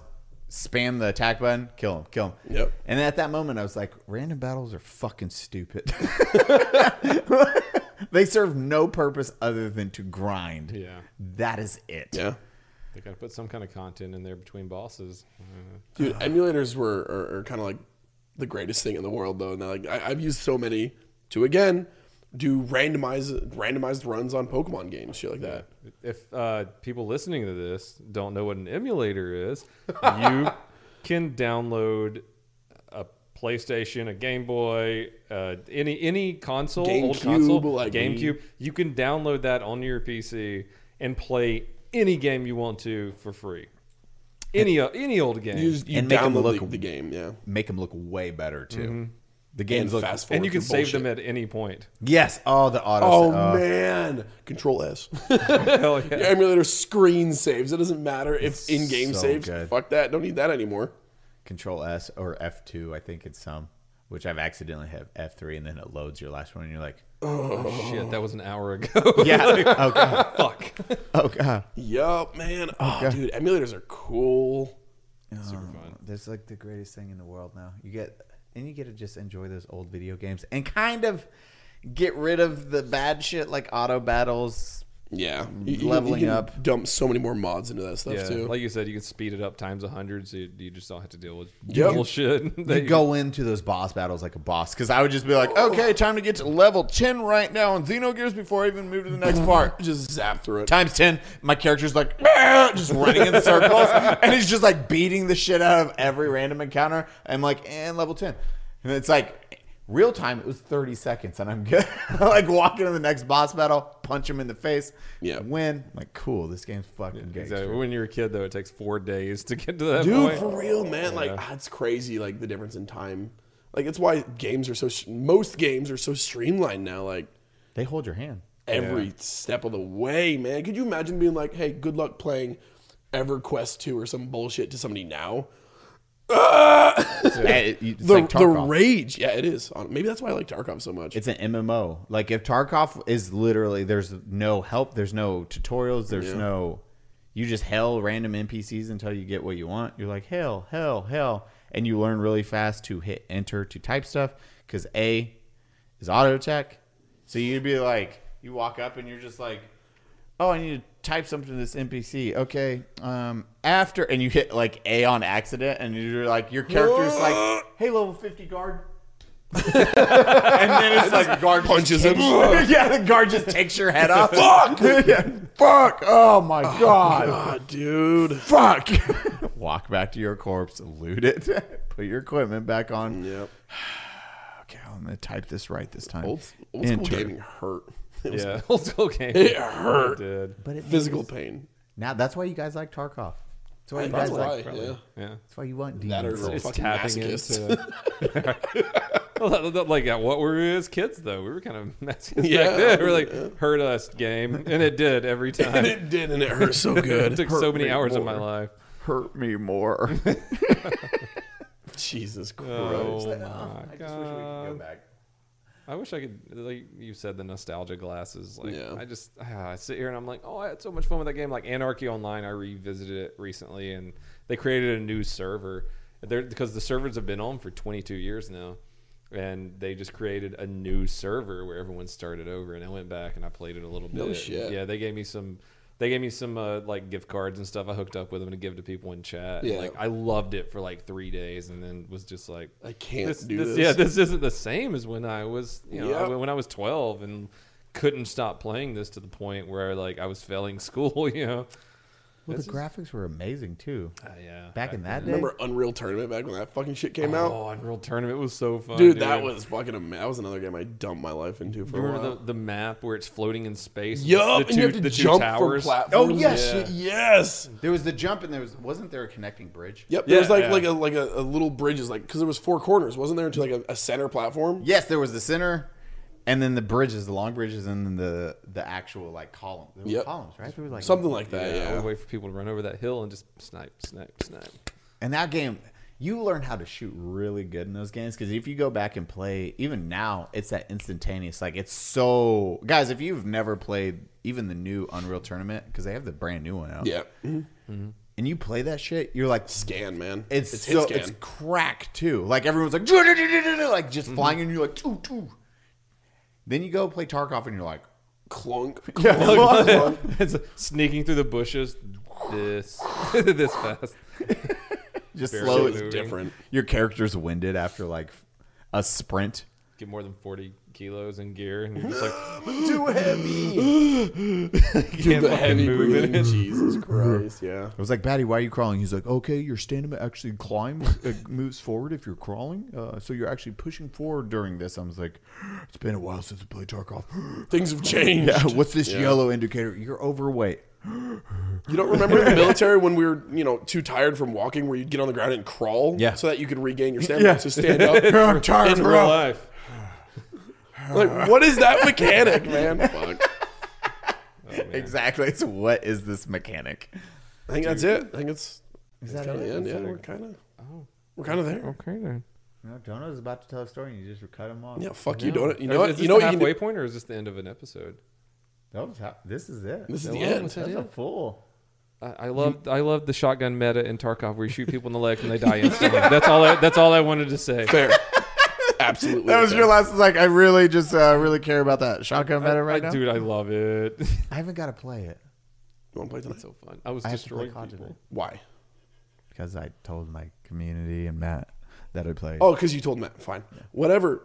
spam the attack button kill him kill him Yep. and at that moment i was like random battles are fucking stupid they serve no purpose other than to grind Yeah. that is it yeah. They gotta put some kind of content in there between bosses. Uh, Dude, emulators were are, are kind of like the greatest thing in the world, though. And like I, I've used so many to again do randomize randomized runs on Pokemon games, shit like that. if uh, people listening to this don't know what an emulator is, you can download a PlayStation, a Game Boy, uh, any any console, old GameCube, console, like Wii. GameCube. You can download that on your PC and play any game you want to for free. Any o- any old game, You, just- you And make 'em download look- the, the game, yeah. make them look way better too the Mm-hmm. games And look fast forward. and you can through save them bullshit. at any point. yes oh the auto Oh, oh. man, Control S. Hell yeah. Your emulator screen saves. It doesn't matter if in-game so saves. good. Fuck that. Don't need that anymore. control s or f2 i think it's some which i've accidentally have f3 and then it loads your last one and you're like Oh, shit, that was an hour ago. yeah oh god Fuck. oh god Yup, man. Oh, dude, emulators are cool. Super Um, fun. That's like the greatest thing in the world now. You get and you get to just enjoy those old video games and kind of get rid of the bad shit like auto battles. Yeah, Leveling up. Dump so many more mods into that stuff Yeah, too. like you said, you can speed it up times a hundred, so you, you just don't have to deal with Yep. bullshit. that You go into those boss battles like a boss because I would just be like, okay, time to get to level ten right now on Xenogears before I even move to the next part. just zap through it. Times ten, my character's like "Ah," just running in circles, and he's just like beating the shit out of every random encounter. I'm like, and level ten, and it's like real time. It was thirty seconds, and I'm good. like walking to the next boss battle, punch him in the face, Yeah. win. I'm like, cool, this game's fucking good. Exactly. When you're a kid, though, it takes four days to get to that dude point. for real man like ah, it's crazy like the difference in time like it's why games are so most games are so streamlined now like They hold your hand. every step of the way man could you imagine being like hey good luck playing everquest 2 or some bullshit to somebody now Yeah, it- it's the, like the Tarkov. rage yeah it is Hon- maybe that's why i like tarkov so much It's an MMO. Like if Tarkov is literally there's no help, there's no tutorials, there's no you just hell random NPCs until you get what you want. You're like hell, hell, hell, and you learn really fast to hit enter to type stuff because A is auto attack. So you'd be like, you walk up and you're just like, oh, I need to type something to this NPC. Okay. Um, after, and you hit like A on accident, and you're like, your character's like, hey, level 50 guard. and then it's like, the guard just Punches him. takes- yeah, the guard just takes your head off. Fuck! yeah, fuck! Oh my god. God, Ah, dude. Fuck! Walk back to your corpse, loot it, put your equipment back on. Yep. Okay, I'm gonna type this right this time. Old, old school Enter. gaming hurt. It was Yeah, old school game. It hurt. did. But it Physical pain. Now that's why you guys like Tarkov. That's why you That's guys like. why. Yeah. Yeah. That's why you want That demons. or- It's fucking tapping masochists. into. like at what we were as kids though, we were kind of masochists Yeah. back then. We were like hurt us game, and it did every And time. it did, and it hurt so good. It took so many me hours of more. my life. Hurt me more. Jesus Christ. Oh "Ah, my god! back. I wish I could. Like you said, the nostalgia glasses. Like Yeah. I just, ah, I sit here and I'm like, oh, I had so much fun with that game. Like Anarchy Online, I revisited it recently, and they created a new server. They're, because the servers have been on for 22 years now, and they just created a new server where everyone started over. And I went back and I played it a little bit. No shit. Yeah, they gave me some. They gave me some uh, like gift cards and stuff. I hooked up with them to give to people in chat. Yeah. Like I loved it for like three days, and then was just like, I can't this, do this- this. Yeah, this isn't the same as when I was, you know, Yep. when I was 12 and couldn't stop playing this to the point where like I was failing school, you know. Well, the This is- graphics were amazing too. Uh, yeah. Back in that day, Remember Unreal Tournament back when that fucking shit came out? Oh, Unreal Tournament was so Oh, fun. Dude, that was fucking ama- That was another game I dumped my life into for You a remember while. the, the map where it's floating in space? yup, the and you have to jump from platforms. Oh, yes. and shit. yes. there was the jump, and there was wasn't there a connecting bridge? Yep, there was Yeah, like yeah. like a like a, a little bridges like because there was four corners, wasn't there? To like a, a center platform. Yes, there was the center, and then the bridges, the long bridges, and then the the actual like column. There were Yep. columns, right? There was like Something like that, Yeah. I yeah. would wait for people to run over that hill and just snipe, snipe, snipe. And that game, you learn how to shoot really good in those games because if you go back and play, even now, it's that instantaneous. Like it's so, guys. If you've never played even the new Unreal Tournament because they have the brand new one out, Yeah. and you play that shit, you're like. Scan, man. It's, it's hit so scan. it's crack too. Like everyone's like "Doo-doo-doo-doo-doo-doo," like just Mm-hmm. flying and you're like two two. Then you go play Tarkov and you're like clunk. it's sneaking through the bushes this this fast. just Barely slow. It's different. Your character's winded after like a sprint. Get more than 40 kilos in gear and you're just like Too heavy. Dude, can't the fucking heavy move breathing. it. Jesus Christ. Yeah. I was like, Batty, why are you crawling? He's like, okay, your stamina actually climbs, uh, moves forward if you're crawling. Uh, so you're actually pushing forward during this. I was like, it's been a while since I played Tarkov. Things have changed. yeah, what's this yellow indicator? You're overweight. You don't remember in the military when we were, you know, too tired from walking, where you'd get on the ground and crawl, Yeah. so that you could regain your stamina Yeah. to stand up. I'm tired It's real life. like, what is that mechanic, man? Fuck. Exactly. It's what is this mechanic? I think that's it. I think it's. Is that kind of it? the end. Yeah, we're kind of. We're kind of there. Okay then. No, Donna was about to tell a story and you just cut him off. Yeah, fuck you, don't. You know is, what? Is You this know the what you halfway can do. point or is this the end of an episode? That was how, this is it. This is the Yeah, end. what's that? That's a fool. I, I love I love the shotgun meta in Tarkov where you shoot people in the leg and they die instantly. that's all I, that's all I wanted to say. Fair. Absolutely. That was fair. your last. Like, I really just uh, really care about that shotgun meta right I- now. Dude, I love it. I haven't got to play it You want to play tonight? Uh, so fun. I was I have to play destroying COD people. today. Why? because I told my community and Matt that I played. Oh, because you told Matt. Fine. Whatever.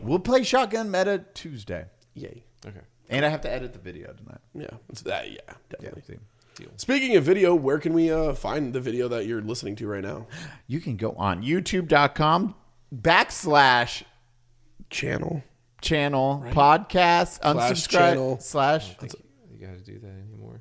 We'll play Shotgun Meta Tuesday. Yay. Okay. And I have to edit the video tonight. Yeah. It's that. Yeah. Definitely. see. Speaking of video, where can we uh, find the video that you're listening to right now? You can go on youtube.com backslash Channel. channel podcast unsubscribe channel. slash. You got to do that anymore.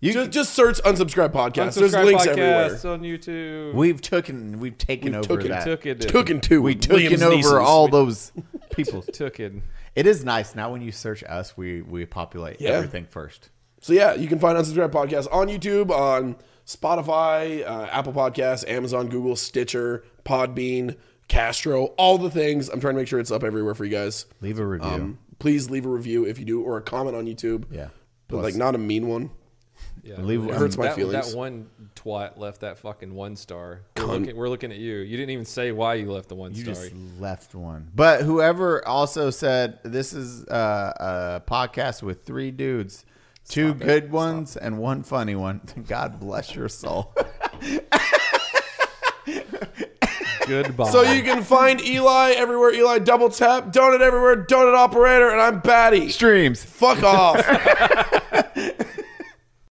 You Just, just search unsubscribe podcast. There's Unsubscribe links podcasts everywhere. on YouTube. can- we've taken we've taken over taken- that. took it. Took and two. we took Liam's over nieces. all those people. Took it. it is nice now when you search us, we we populate Yeah. everything first. So yeah, you can find Unsubscribe Podcast on YouTube, on Spotify, uh, Apple Podcasts, Amazon, Google, Stitcher, Podbean, Castro, all the things. I'm trying to make sure it's up everywhere for you guys. Leave a review. Um, please leave a review if you do, or a comment on YouTube. Yeah. but Plus- like not a mean one. Yeah, Leave- it it hurts my that, feelings. That one twat left that fucking one star. We're Cunt. looking, we're looking at you. You didn't even say why you left the one You star. just left one. But whoever also said this is uh, a podcast with three dudes Two good ones and one funny one. God bless your soul. Goodbye. So you can find Eli everywhere. Eli double tap donut everywhere. Donut operator, and I'm Batty. Streams. Fuck off.